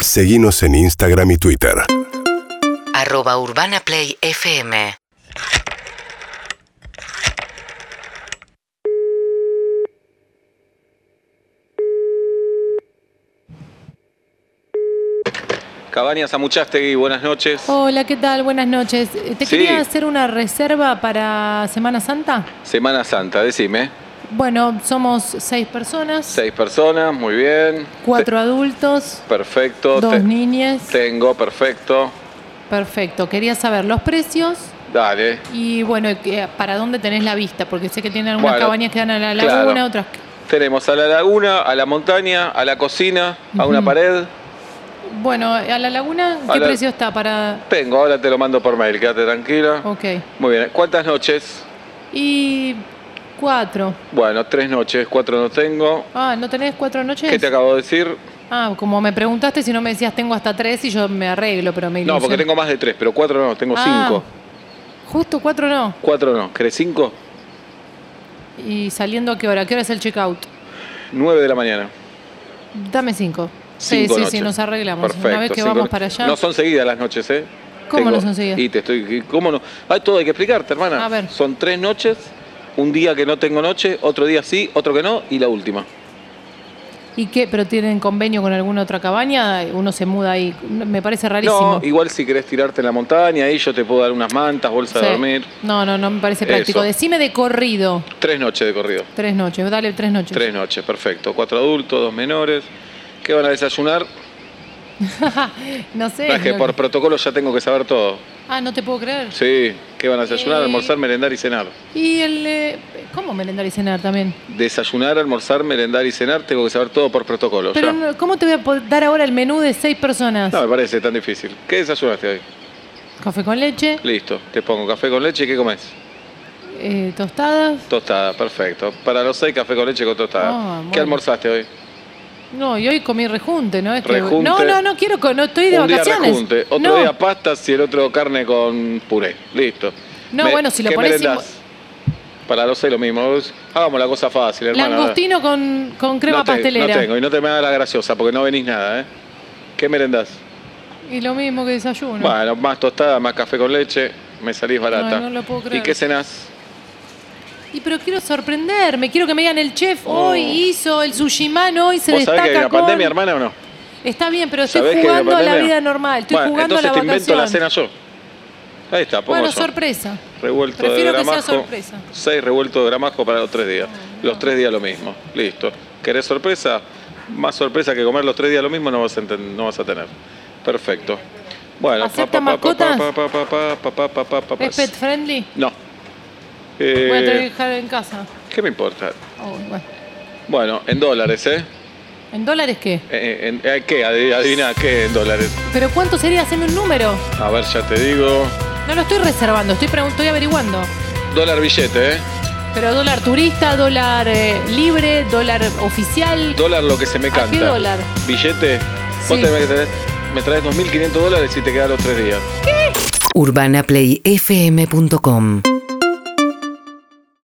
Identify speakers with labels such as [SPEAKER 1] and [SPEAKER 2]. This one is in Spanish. [SPEAKER 1] Seguimos en Instagram y Twitter.
[SPEAKER 2] Arroba Urbana Play FM.
[SPEAKER 3] Cabañas Amuchastegui, buenas noches.
[SPEAKER 4] Hola, ¿qué tal? Buenas noches. Eh, Te
[SPEAKER 3] Sí.
[SPEAKER 4] quería hacer una reserva para Semana Santa.
[SPEAKER 3] Semana Santa, decime.
[SPEAKER 4] Bueno, somos seis personas,
[SPEAKER 3] Seis personas, muy bien.
[SPEAKER 4] cuatro adultos,
[SPEAKER 3] Te- perfecto.
[SPEAKER 4] dos
[SPEAKER 3] Te-
[SPEAKER 4] niñas.
[SPEAKER 3] tengo, perfecto.
[SPEAKER 4] Perfecto. Quería saber los precios
[SPEAKER 3] Dale.
[SPEAKER 4] y bueno, eh, que- para dónde tenés la vista, porque sé que tienen algunas
[SPEAKER 3] Bueno,
[SPEAKER 4] cabañas que dan a la
[SPEAKER 3] claro.
[SPEAKER 4] laguna, otras. que-
[SPEAKER 3] Tenemos a la laguna, a la montaña, a la cocina, a una
[SPEAKER 4] Ujú.
[SPEAKER 3] pared.
[SPEAKER 4] Bueno, a la laguna,
[SPEAKER 3] A
[SPEAKER 4] ¿qué
[SPEAKER 3] la-
[SPEAKER 4] precio está para?
[SPEAKER 3] Tengo, ahora te lo mando por mail, quédate tranquila.
[SPEAKER 4] Ok.
[SPEAKER 3] Muy bien, ¿cuántas noches?
[SPEAKER 4] Y cuatro.
[SPEAKER 3] Bueno, tres noches, cuatro no tengo.
[SPEAKER 4] Ah, ¿no tenés cuatro noches?
[SPEAKER 3] ¿Qué te acabo de decir?
[SPEAKER 4] Ah, como me preguntaste si no me decías tengo hasta tres y yo me arreglo, pero me
[SPEAKER 3] No, porque
[SPEAKER 4] ilusioné.
[SPEAKER 3] tengo más de tres, pero cuatro no, tengo
[SPEAKER 4] Ah.
[SPEAKER 3] cinco.
[SPEAKER 4] Justo cuatro no.
[SPEAKER 3] Cuatro no, ¿querés cinco?
[SPEAKER 4] ¿Y saliendo a qué hora? ¿Qué hora es el checkout?
[SPEAKER 3] Nueve de la mañana.
[SPEAKER 4] Dame cinco. Sí,
[SPEAKER 3] Cinco
[SPEAKER 4] sí,
[SPEAKER 3] noches.
[SPEAKER 4] sí, nos arreglamos.
[SPEAKER 3] Perfecto,
[SPEAKER 4] Una vez que
[SPEAKER 3] cinco
[SPEAKER 4] vamos
[SPEAKER 3] noches.
[SPEAKER 4] para allá.
[SPEAKER 3] No son seguidas las noches, ¿eh?
[SPEAKER 4] ¿Cómo no son seguidas?
[SPEAKER 3] Y te estoy. y ¿Cómo no? Ah, todo hay que explicarte, hermana.
[SPEAKER 4] A ver.
[SPEAKER 3] Son tres noches, un día que no tengo noche, otro día sí, otro que no, y la última.
[SPEAKER 4] ¿Y qué? ¿Pero tienen convenio con alguna otra cabaña? Uno se muda ahí. Me parece rarísimo.
[SPEAKER 3] No, igual si querés tirarte en la montaña, ahí yo te puedo dar unas mantas, bolsa
[SPEAKER 4] Sí.
[SPEAKER 3] de dormir.
[SPEAKER 4] No, no, no me parece práctico.
[SPEAKER 3] Eso.
[SPEAKER 4] Decime de corrido.
[SPEAKER 3] Tres noches de corrido.
[SPEAKER 4] Tres noches. Dale tres noches.
[SPEAKER 3] Tres noches, perfecto. Cuatro adultos, dos menores. ¿Qué van a desayunar?
[SPEAKER 4] no sé.
[SPEAKER 3] No, es que
[SPEAKER 4] no-
[SPEAKER 3] por protocolo ya tengo que saber todo.
[SPEAKER 4] Ah, no te puedo creer.
[SPEAKER 3] Sí, ¿qué van a desayunar?
[SPEAKER 4] Eh.
[SPEAKER 3] Almorzar, merendar y cenar.
[SPEAKER 4] Y el... eh, ¿Cómo merendar y cenar también?
[SPEAKER 3] Desayunar, almorzar, merendar y cenar, tengo que saber todo por protocolo.
[SPEAKER 4] Pero
[SPEAKER 3] ya.
[SPEAKER 4] no- ¿cómo te voy a poder dar ahora el menú de seis personas?
[SPEAKER 3] No me parece tan difícil. ¿Qué desayunaste hoy?
[SPEAKER 4] Café con leche,
[SPEAKER 3] Listo, te pongo café con leche y ¿qué comes?
[SPEAKER 4] eh, tostadas.
[SPEAKER 3] Tostada, perfecto. Para los seis, café con leche con tostada.
[SPEAKER 4] Ah, bueno.
[SPEAKER 3] ¿Qué almorzaste hoy?
[SPEAKER 4] No, y hoy comí rejunte, ¿no? Es que-
[SPEAKER 3] Rejunte.
[SPEAKER 4] No, no, no quiero, co- no estoy de
[SPEAKER 3] Un día
[SPEAKER 4] vacaciones.
[SPEAKER 3] rejunte, otro
[SPEAKER 4] no,
[SPEAKER 3] día pastas y el otro carne con puré. Listo.
[SPEAKER 4] No, bueno, si lo
[SPEAKER 3] ¿qué
[SPEAKER 4] pones sin-
[SPEAKER 3] merendás? Para los seis lo mismo. Hagamos la cosa fácil, hermano.
[SPEAKER 4] Langostino con, con crema
[SPEAKER 3] no te- no
[SPEAKER 4] pastelera.
[SPEAKER 3] tengo, y no te me hagas la graciosa porque no venís nada, ¿eh? ¿Qué merendás?
[SPEAKER 4] Y lo mismo que desayuno.
[SPEAKER 3] Bueno, más tostada, más café con leche, me salís barata.
[SPEAKER 4] no lo puedo
[SPEAKER 3] ¿Y
[SPEAKER 4] creer.
[SPEAKER 3] qué cenás?
[SPEAKER 4] Y pero quiero sorprenderme, quiero que me digan el chef
[SPEAKER 3] Oh.
[SPEAKER 4] hoy hizo, el sushiman hoy se
[SPEAKER 3] ¿Vos sabés
[SPEAKER 4] destaca
[SPEAKER 3] que hay una
[SPEAKER 4] con...
[SPEAKER 3] pandemia, hermana, o no?
[SPEAKER 4] Está bien, pero
[SPEAKER 3] ¿Sabés
[SPEAKER 4] estoy
[SPEAKER 3] que hay una
[SPEAKER 4] jugando a la
[SPEAKER 3] pandemia?
[SPEAKER 4] vida normal, estoy
[SPEAKER 3] bueno,
[SPEAKER 4] jugando a la
[SPEAKER 3] entonces te invento
[SPEAKER 4] vacación.
[SPEAKER 3] la cena yo. Ahí está, pongo
[SPEAKER 4] bueno,
[SPEAKER 3] yo.
[SPEAKER 4] sorpresa.
[SPEAKER 3] Revuelto
[SPEAKER 4] Prefiero
[SPEAKER 3] de
[SPEAKER 4] que sea
[SPEAKER 3] gramajo.
[SPEAKER 4] sorpresa.
[SPEAKER 3] Seis revueltos de gramajo para los tres días. Los tres días lo mismo. Listo. ¿Querés sorpresa? Más sorpresa que comer los tres días lo mismo no vas a, enten- no vas a tener. Perfecto. Bueno,
[SPEAKER 4] ¿Acepta mascotas? ¿Es pet friendly?
[SPEAKER 3] No.
[SPEAKER 4] Voy a tener que
[SPEAKER 3] Eh,
[SPEAKER 4] dejar en casa.
[SPEAKER 3] ¿Qué me importa?
[SPEAKER 4] Oh, bueno.
[SPEAKER 3] Bueno, en dólares, ¿eh?
[SPEAKER 4] ¿En dólares qué?
[SPEAKER 3] Eh, en- eh, ¿Qué? Adi- Adivina, ¿qué en dólares?
[SPEAKER 4] ¿Pero cuánto sería? Haceme un número.
[SPEAKER 3] A ver, ya te digo.
[SPEAKER 4] No lo estoy reservando, estoy, pregun- estoy averiguando.
[SPEAKER 3] Dólar billete, ¿eh?
[SPEAKER 4] Pero dólar turista, dólar eh, libre, dólar oficial.
[SPEAKER 3] Dólar lo que se me
[SPEAKER 4] ¿A
[SPEAKER 3] canta.
[SPEAKER 4] qué dólar?
[SPEAKER 3] Billete. Vos
[SPEAKER 4] Sí.
[SPEAKER 3] tenés que tener- me traes 2.500 dólares y te quedas los tres días.
[SPEAKER 2] UrbanaPlayFM.com